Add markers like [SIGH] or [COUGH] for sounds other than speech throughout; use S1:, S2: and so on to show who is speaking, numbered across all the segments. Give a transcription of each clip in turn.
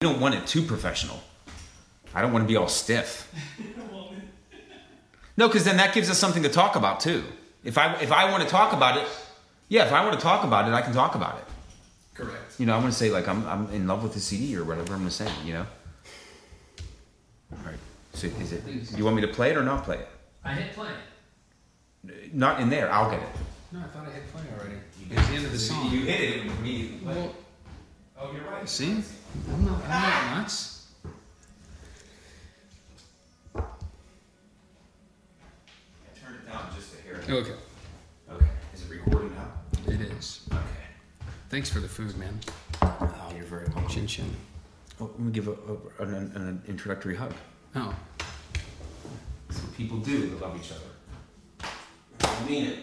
S1: You don't want it too professional. I don't want to be all stiff. No, because then that gives us something to talk about too. If I if I want to talk about it, yeah, if I want to talk about it, I can talk about it.
S2: Correct.
S1: You know, I want to say like I'm I'm in love with the CD or whatever I'm gonna say. You know. All right. So is it? You want me to play it or not play it?
S2: I hit play.
S1: Not in there. I'll get it.
S2: No, I thought I hit play already. It's the end of the song.
S1: hit it with me.
S2: Well,
S1: Oh, you're right.
S2: see, I'm not, I'm not nuts.
S1: I turned it down just to hear it.
S2: Okay,
S1: Okay. Is it recording now?
S2: it is.
S1: Okay.
S2: Thanks for the food, man.
S1: Oh, you're very welcome.
S2: Chin chin.
S1: Well, let me give a, a, an, an introductory hug.
S2: Oh,
S1: That's what people do. They love each other. I mean it.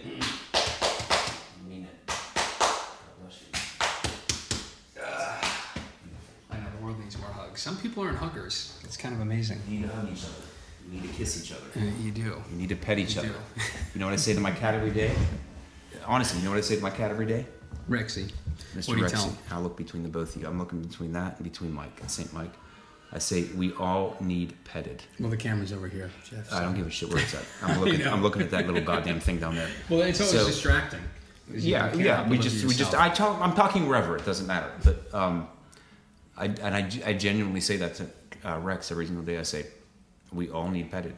S1: I mean it. God bless you.
S2: I know the world needs more hugs. Some people aren't huggers. It's kind of amazing.
S1: You need to hug each other. You need to kiss each other.
S2: Uh, you do.
S1: You need to pet each
S2: You
S1: other.
S2: do.
S1: [LAUGHS] You know what I say to my cat every day? Honestly, you know what I say to my cat every day?
S2: Rexy.
S1: Mr.
S2: What do you
S1: Rexy,
S2: tell him?
S1: I look between the both of you. I'm looking between that and between Mike and St. Mike. I say, we all need petted.
S2: Well, the camera's over here, Jeff.
S1: I don't give a shit where it's at. [LAUGHS] I'm looking, I'm looking at that little goddamn thing down [LAUGHS] there.
S2: Well, it's always
S1: So-
S2: distracting. 'cause you
S1: yeah,
S2: can't
S1: yeah. We
S2: look at
S1: just, we just.
S2: yourself.
S1: I talk. I'm talking wherever. It doesn't matter. But um, I and I, I genuinely say that to uh, Rex every single day. I say, we all need petted.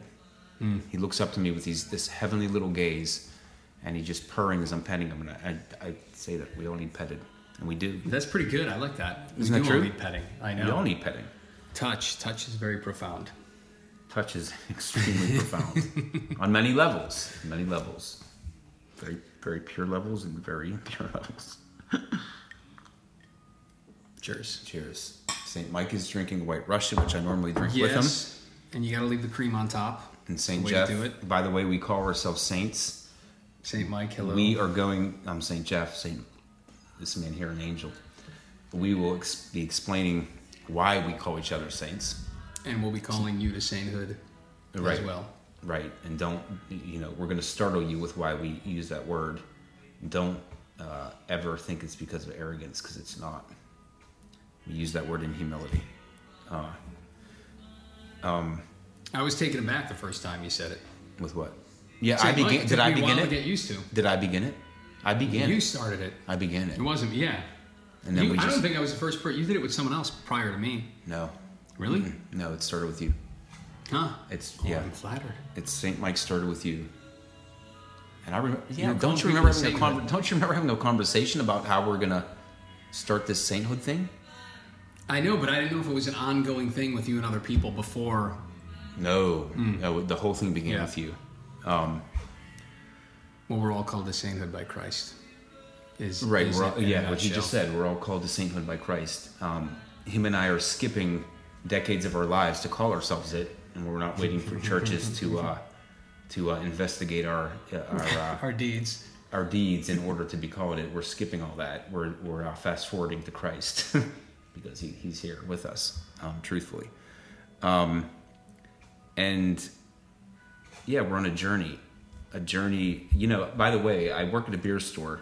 S1: He looks up to me with these this heavenly little gaze, and he just purring as I'm petting him. And I, I, I say that we all need petted, and we do.
S2: That's pretty good. I like that.
S1: Isn't
S2: we
S1: that
S2: do all
S1: true?
S2: need petting. I
S1: We all
S2: know.
S1: need petting.
S2: Touch. Touch is very profound.
S1: Touch is [LAUGHS] extremely profound on many levels. Many levels. Very, very pure levels and very impure [LAUGHS] levels.
S2: Cheers.
S1: Cheers. St. Mike is drinking White Russian, which I normally drink with him.
S2: Yes. And you got to leave the cream on top.
S1: And St.
S2: Way to
S1: Jeff.
S2: do it.
S1: By the way, we call ourselves saints.
S2: St. Mike, hello.
S1: We are going. I'm St. Jeff. St. This man here, an angel. We will ex- be explaining why we call each other saints.
S2: and we'll be calling you to sainthood
S1: Right.
S2: as well.
S1: Right. And don't. You know, we're going to startle you with why we use that word. Don't uh, ever think it's because of arrogance, because it's not. We use that word in humility.
S2: I was taken aback the first time you said it.
S1: With what? Yeah, I
S2: St. Mike,
S1: begin.
S2: took
S1: Did I
S2: me a while
S1: begin
S2: To
S1: it?
S2: get used to.
S1: Did I begin it? I began.
S2: You
S1: it.
S2: started it.
S1: I began it.
S2: It wasn't. Yeah.
S1: And then
S2: You-
S1: we
S2: I
S1: just
S2: don't think I was the first person. You did it with someone else prior to me.
S1: no. [CLEARS THROAT]
S2: Really?
S1: No, it started with you.
S2: Huh?
S1: It's
S2: Oh,
S1: Mm-hmm. yeah.
S2: I'm flattered.
S1: It's St. Mike started with you. And I remember. Yeah.
S2: were
S1: Don't you
S2: calling
S1: remember having
S2: people
S1: a
S2: sainthood.
S1: con- Don't you remember having a conversation about how we're gonna start this sainthood thing?
S2: I know, but I didn't know if it was an ongoing thing with you and other people before.
S1: No. No. The whole thing began
S2: Mm. Yeah.
S1: with you.
S2: Well, we're all called to sainthood by Christ. Is
S1: Right.
S2: is
S1: We're
S2: it
S1: all,
S2: in a
S1: yeah. What you just
S2: nutshell.
S1: said. We're all called to sainthood by Christ. Um, him and I are skipping decades of our lives to call ourselves it, and we're not waiting for churches
S2: [LAUGHS]
S1: to uh, to uh, investigate our uh, our. Uh,
S2: Our deeds.
S1: our deeds in order to be called it. We're skipping all that. We're, we're uh, fast forwarding to Christ [LAUGHS] because he, he's here with us, um, truthfully. Um, and yeah, we're on a journey. A journey, you know, by the way, I work at a beer store,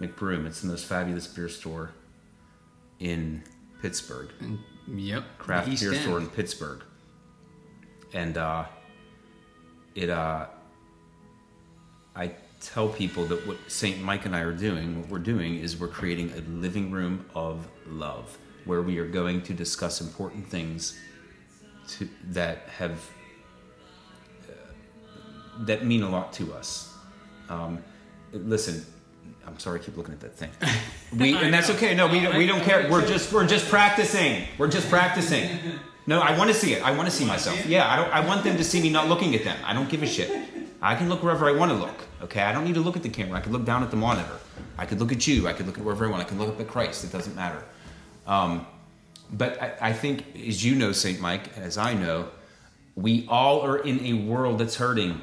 S1: McBroom. It's the most fabulous beer store in Pittsburgh,
S2: And, yep.
S1: craft
S2: the East
S1: beer
S2: End.
S1: store in Pittsburgh. And uh, it, uh, I tell people that what St. Mike and I are doing, what we're doing is we're creating a living room of love where we are going to discuss important things to, that have uh, that mean a lot to us. Um, listen, I'm sorry, I keep looking at that thing. We
S2: [LAUGHS] I
S1: and that's
S2: know.
S1: okay. No, we
S2: No,
S1: don't,
S2: I-
S1: we don't
S2: I-
S1: care.
S2: [LAUGHS]
S1: We're just we're just practicing. We're just practicing. No, I want to see it. I want to see myself. Yeah, I don't. I want them to see me not looking at them. I don't give a shit. I can look wherever I want to look. Okay, I don't need to look at the camera. I could look down at the monitor. I could look at you. I could look at wherever I want. I can look up at Christ. It doesn't matter. Um, but I, I think, as you know, St. Mike, as I know, we all are in a world that's hurting.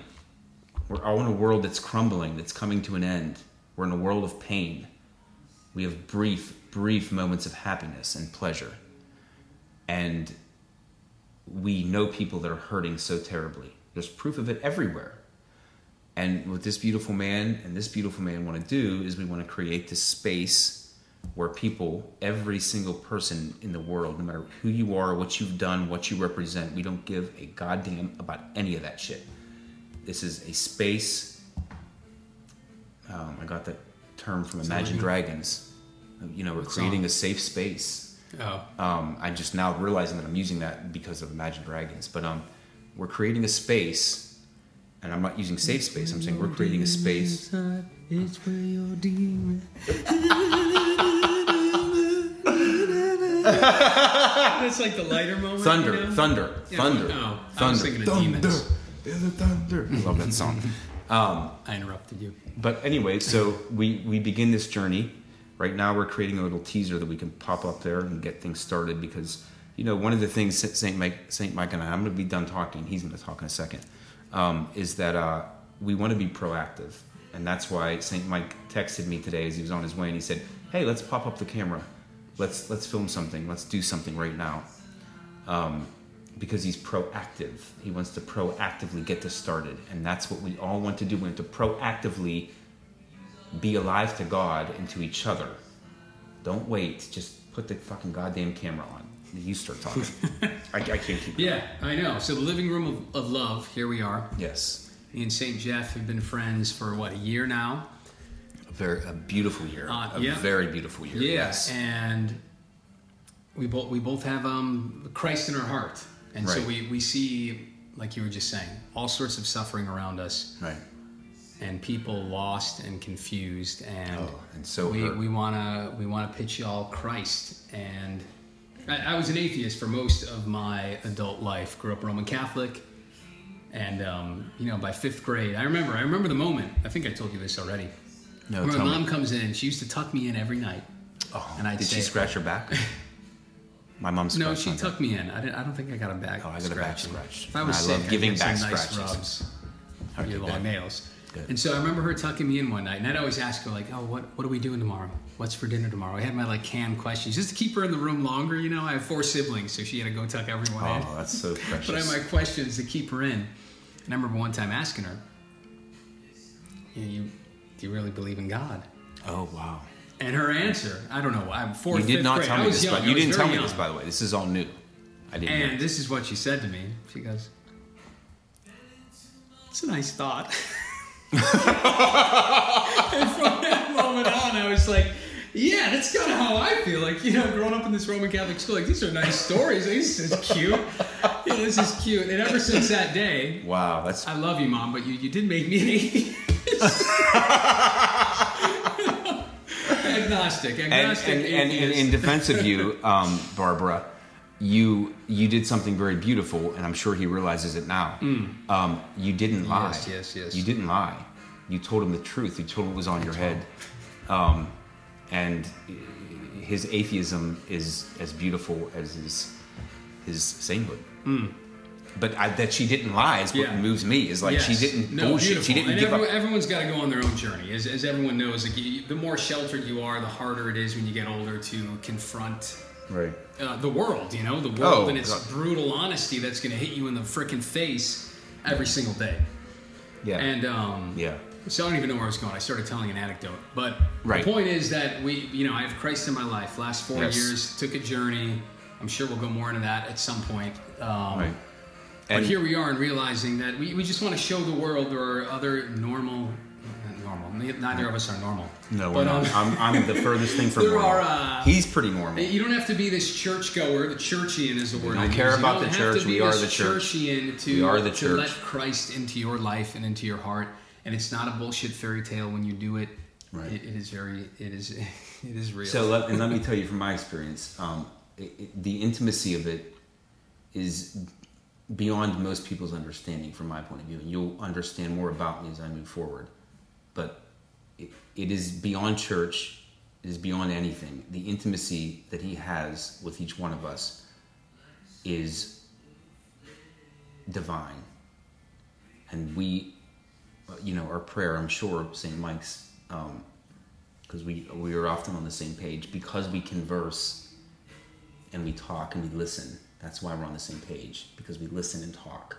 S1: We're all in a world that's crumbling, that's coming to an end. We're in a world of pain. We have brief, brief moments of happiness and pleasure. And we know people that are hurting so terribly. There's proof of it everywhere. And what this beautiful man and this beautiful man want to do is we want to create this space where people, every single person in the world, no matter who you are, what you've done, what you represent, we don't give a goddamn about any of that shit. This is a space. Um, I got that term from Imagine Dragons. You know, we're creating a safe space.
S2: Oh, [LAUGHS]
S1: Um, I'm just now realizing that I'm using that because of Imagine Dragons. But um, we're creating a space, and I'm not using safe space. I'm saying we're creating a space.
S2: it's like the lighter moment.
S1: Thunder,
S2: you know?
S1: thunder,
S2: Yeah,
S1: thunder,
S2: no, Oh, I was
S1: thunder,
S2: thinking of
S1: thunder.
S2: demons.
S1: Feel the thunder. I love that song. Um,
S2: I interrupted you.
S1: but anyway, so we we begin this journey. Right now, we're creating a little teaser that we can pop up there and get things started because you know one of the things Saint Mike Saint Mike and I I'm going to be done talking. He's going to talk in a second. Um, is that uh, we want to be proactive, and that's why Saint Mike texted me today as he was on his way, and he said, "Hey, let's pop up the camera. Let's let's film something. Let's do something right now." because he's proactive. He wants to proactively get this started, and that's what we all want to do. We want to proactively be alive to God and to each other. Don't wait. Just put the fucking goddamn camera on. You start talking. [LAUGHS] I, I can't keep.
S2: Yeah, I know. So the living room of, of love. Here we are.
S1: Yes.
S2: Me and Saint Jeff have been friends for what a year now.
S1: A very a beautiful year.
S2: Uh,
S1: a
S2: yeah.
S1: very beautiful year.
S2: Yeah, and we both we both have um, Christ in our heart, and so
S1: Right.
S2: we we see like you were just saying all sorts of suffering around us,
S1: Right.
S2: and people lost and confused, and
S1: Oh, and so
S2: we
S1: hurt.
S2: we wanna we wanna pitch y'all Christ, and I, I was an atheist for most of my adult life. Grew up Roman Catholic. And um, you know, by fifth grade, I remember. I remember the moment. I think I told you this already.
S1: No.
S2: Where my
S1: tell
S2: mom
S1: me.
S2: comes in, she used to tuck me in every night.
S1: Oh,
S2: and I'd
S1: did she
S2: say-
S1: scratch her
S2: [LAUGHS]
S1: back? My mom scratched.
S2: No, she
S1: my back.
S2: tucked me in. I, didn't, I don't think I got a back.
S1: Oh, I got a back scratch.
S2: If I was
S1: I
S2: sick,
S1: love
S2: I'd
S1: giving
S2: get some
S1: back
S2: nice
S1: scratches.
S2: rubs.
S1: I
S2: Your
S1: did
S2: long
S1: that.
S2: nails.
S1: Good.
S2: And so I remember her tucking me in one night, and I'd always ask her like, "Oh, what what are we doing tomorrow? What's for dinner tomorrow?" I had my like canned questions just to keep her in the room longer. You know, I have four siblings, so she had to go tuck everyone in.
S1: Oh, that's so precious.
S2: [LAUGHS] But I had my questions to keep her in. And I remember one time asking her, you, know, you do you really believe in God?"
S1: oh wow.
S2: And her answer, I don't know. I'm fourth.
S1: You did
S2: fifth
S1: not
S2: grade.
S1: tell
S2: I
S1: me
S2: was
S1: this,
S2: young.
S1: but
S2: I
S1: you
S2: was
S1: didn't
S2: very
S1: tell me
S2: young.
S1: this, by the way. This is all new. I didn't. know.
S2: And this is what she said to me. She goes, It's a nice thought. [LAUGHS] and from that moment on, I was like, yeah, that's kind of how I feel. Like, you know, growing up in this Roman Catholic school, like, these are nice stories. Like, this is cute. Yeah, this is cute. And ever since that day,
S1: Wow, that's
S2: I love you, Mom, but you, you did make me an atheist. [LAUGHS] agnostic.
S1: and,
S2: Agnostic.
S1: and, and, and in
S2: atheist.
S1: defense of you,
S2: [LAUGHS]
S1: um, Barbara, you you did something very beautiful, and I'm sure he realizes it now. Um, you didn't lie.
S2: Mm. Yes, yes, yes.
S1: You didn't lie. You told him the truth. You told him what was on your head, um, and his atheism is as beautiful as his his sainthood. But I, that she didn't lie is what
S2: Mm. Yeah.
S1: moves me. Is like she
S2: Yes.
S1: didn't
S2: no,
S1: bullshit.
S2: Beautiful.
S1: She didn't
S2: and
S1: give
S2: everyone,
S1: up.
S2: Everyone's got to go on their own journey. As, as everyone knows, like, you- the more sheltered you are, the harder it is when you get older to confront
S1: Right.
S2: uh, the world. You know, the world
S1: Oh,
S2: and its
S1: God.
S2: brutal honesty that's going to hit you in the freaking face every single day.
S1: Yeah.
S2: And um,
S1: yeah.
S2: so I don't even know where I was going. I started telling an anecdote, but
S1: Right.
S2: the point is that we, you know, I have Christ in my life. Last four
S1: Yes.
S2: years took a journey. I'm sure we'll go more into that at some point. Um,
S1: Right.
S2: but
S1: And-
S2: here we are in realizing that we, we just want to show the world there are other normal, not normal. Neither of us are normal.
S1: No,
S2: but
S1: we're not.
S2: um,
S1: I'm, I'm the furthest thing from
S2: [LAUGHS] There
S1: normal.
S2: are, uh,
S1: He's pretty normal.
S2: you don't have to be this churchgoer. The churchian is the word.
S1: don't
S2: I use.
S1: care
S2: You
S1: about the
S2: don't have
S1: church.
S2: to be
S1: We are
S2: this
S1: the church.
S2: Churchian to,
S1: We are the
S2: to
S1: church.
S2: let Christ into your life and into your heart. And it's not a bullshit fairy tale when you do it.
S1: Right.
S2: It, it is very. It is. [LAUGHS] It is real.
S1: So let, and let me tell you from my experience, um, it, it, the intimacy of it is beyond most people's understanding from my point of view. And you'll understand more about me as I move forward. But it, it is beyond church. It is beyond anything. The intimacy that he has with each one of us is divine. And we, uh, you know, our prayer, I'm sure, St. Mike's, um, because we we are often on the same page because we converse and we talk and we listen that's why we're on the same page because we listen and talk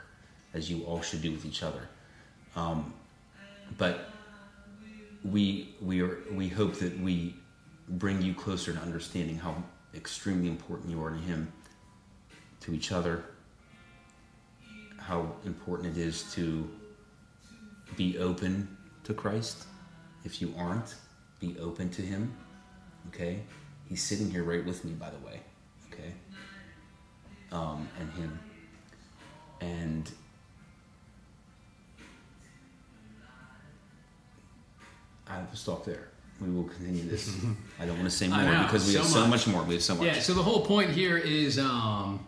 S1: as you all should do with each other um, but we we are we hope that we bring you closer to understanding how extremely important you are to Him, to each other, how important it is to be open to Christ. If you aren't, be open to Him. Okay? He's sitting here right with me, by the way. Okay? Um, and Him. And I will stop there. We will continue
S2: [LAUGHS]
S1: this. I don't want to say more
S2: I know,
S1: because we
S2: so
S1: have so much
S2: much.
S1: more. We have so much.
S2: Yeah, so the whole point here is um,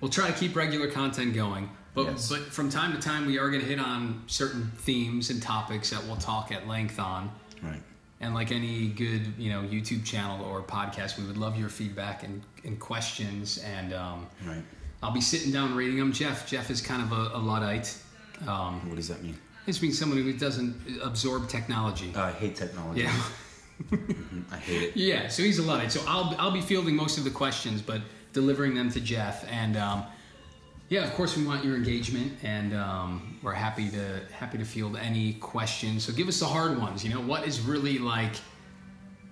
S2: we'll try to keep regular content going, but
S1: Yes.
S2: but from time to time we are going to hit on certain themes and topics that we'll talk at length on.
S1: Right.
S2: And like any good you know YouTube channel or podcast, we would love your feedback and, and questions. And um,
S1: Right.
S2: I'll be sitting down reading them. Jeff Jeff is kind of a, a luddite. Um,
S1: What does that mean?
S2: this means someone who doesn't absorb technology.
S1: Uh, I hate technology.
S2: yeah.
S1: [LAUGHS] I hate it.
S2: Yeah, so he's a luddite. So I'll I'll be fielding most of the questions, but delivering them to Jeff. And um, yeah, of course, we want your engagement, and um, we're happy to happy to field any questions. So give us the hard ones. You know, what is really like?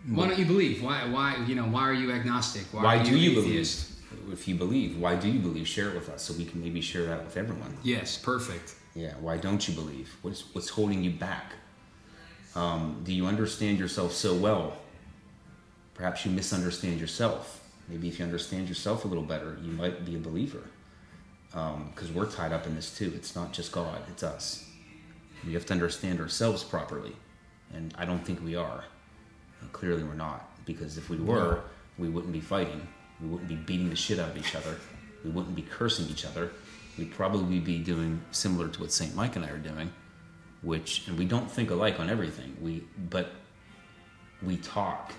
S2: Why don't you believe? Why why you know? Why are you agnostic?
S1: Why
S2: are
S1: do you
S2: atheist?
S1: believe? If you believe, why do you believe? Share it with us so we can maybe share that with everyone.
S2: Yes, perfect.
S1: Yeah. Why don't you believe? What's what's holding you back? Um, do you understand yourself so well? Perhaps you misunderstand yourself. Maybe if you understand yourself a little better, you might be a believer. Because we're tied up in this too. It's not just God; it's us. We have to understand ourselves properly, and I don't think we are. And clearly, we're not. Because if we were, we wouldn't be fighting. We wouldn't be beating the shit out of each other. We wouldn't be cursing each other. We'd probably be doing similar to what Saint Mike and I are doing, which and we don't think alike on everything. We but we talk,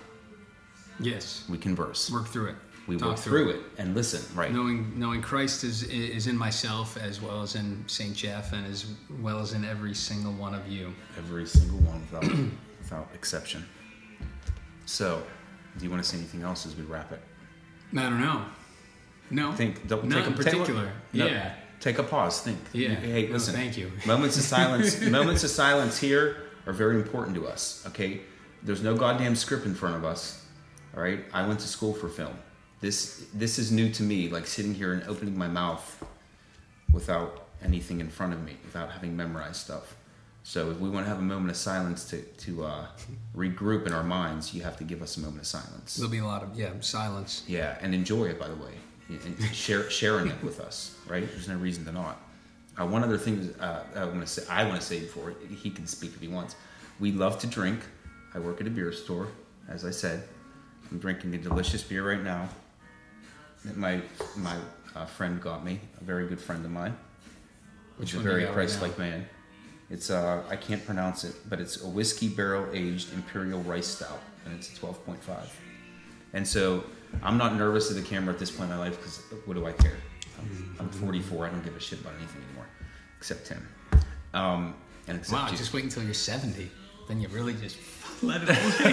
S2: Yes,
S1: we converse,
S2: work through it.
S1: we
S2: Talk
S1: work through it. and listen. Right.
S2: Knowing knowing Christ is is in myself as well as in Saint Jeff, and as well as in every single one of you.
S1: Every single one without [COUGHS] without exception. So, do you want to say anything else as we wrap it?
S2: I don't know. No.
S1: Think. Don't,
S2: Not
S1: take a,
S2: in particular.
S1: Take a, no,
S2: yeah.
S1: Take a pause. Think.
S2: Yeah.
S1: Hey,
S2: No,
S1: listen.
S2: thank you. [LAUGHS]
S1: Moments of silence. moments of silence here are very important to us. Okay. There's no goddamn script in front of us. All right. I went to school for film. This this is new to me. Like sitting here and opening my mouth without anything in front of me, without having memorized stuff. So if we want to have a moment of silence to to uh, regroup in our minds, you have to give us a moment of silence.
S2: There'll be a lot of yeah silence.
S1: Yeah, and enjoy it, by the way, and share, sharing it with us, right? There's no reason to not. Uh, one other thing uh, I want to say, I want to say before he can speak if he wants. We love to drink. I work at a beer store, as I said. I'm drinking a delicious beer right now that my my uh, friend got me, a very good friend of mine.
S2: Which
S1: He's a
S2: one do you
S1: very
S2: got right
S1: Christ-like man. It's uh, I can't pronounce it, but it's a whiskey barrel aged imperial rice stout, and it's twelve point five. And so I'm not nervous of the camera at this point in my life because what do I care? I'm, I'm
S2: Mm-hmm.
S1: 44. I don't give a shit about anything anymore, except him, um, and except
S2: Wow,
S1: you.
S2: just wait until you're 70. Then you really just let it all.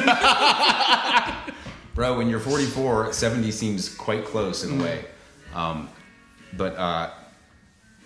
S1: Bro, when you're 44, 70 seems quite close
S2: Mm.
S1: in a way. Um, but uh,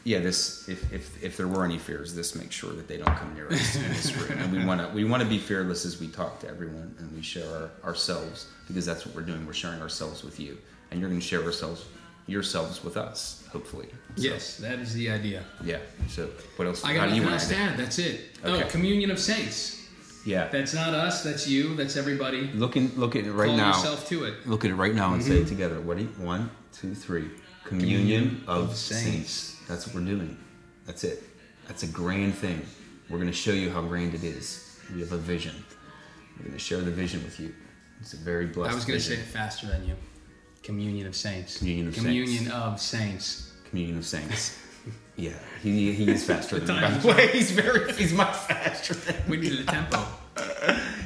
S1: yeah, this if, if if there were any fears, this makes sure that they don't come near us in this room. And we want to we want to be fearless as we talk to everyone and we share our, ourselves because that's what we're doing. We're sharing ourselves with you, and you're going to share ourselves yourselves with us, hopefully. So,
S2: yes, that is the idea.
S1: Yeah. So what else?
S2: I got
S1: do
S2: nothing
S1: wanna
S2: else to
S1: add it?
S2: add. That's it. Oh,
S1: Okay.
S2: communion of saints.
S1: Yeah.
S2: That's not us. That's you. That's everybody.
S1: Look in, look at it right
S2: Call
S1: now.
S2: yourself to it.
S1: Look at it right now and say it together. What? do you- One, two, three. Mm-hmm. Communion of
S2: saints.
S1: saints. That's what we're doing. That's it. That's a grand thing. We're going to show you how grand it is. We have a vision. We're going to share the vision with you. It's a very blessed.
S2: I was going to say
S1: vision.
S2: it faster than you. Communion of saints.
S1: Communion of
S2: communion
S1: saints.
S2: of saints.
S1: communion of saints. [LAUGHS] yeah, he, he is faster than me. By
S2: time
S1: the way, he's very he's much faster than.
S2: We needed
S1: [LAUGHS]
S2: a tempo. All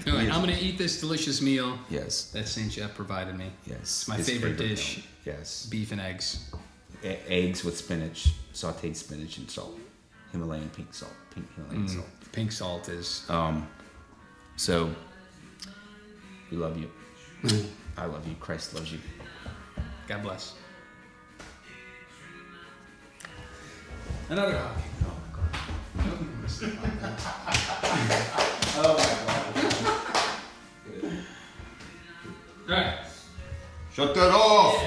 S2: right, I'm going to eat this delicious meal
S1: Yes.
S2: that Saint Jeff provided me.
S1: Yes.
S2: My
S1: His
S2: favorite dish.
S1: meal. Yes.
S2: Beef and eggs.
S1: E- eggs with spinach, sauteed spinach and salt, Himalayan pink salt, pink Himalayan salt.
S2: Pink salt is
S1: Um, so we love you. I love you. Christ loves you.
S2: God bless. Another Oh, hug. [LAUGHS]
S1: Oh my God.
S3: Shut that off.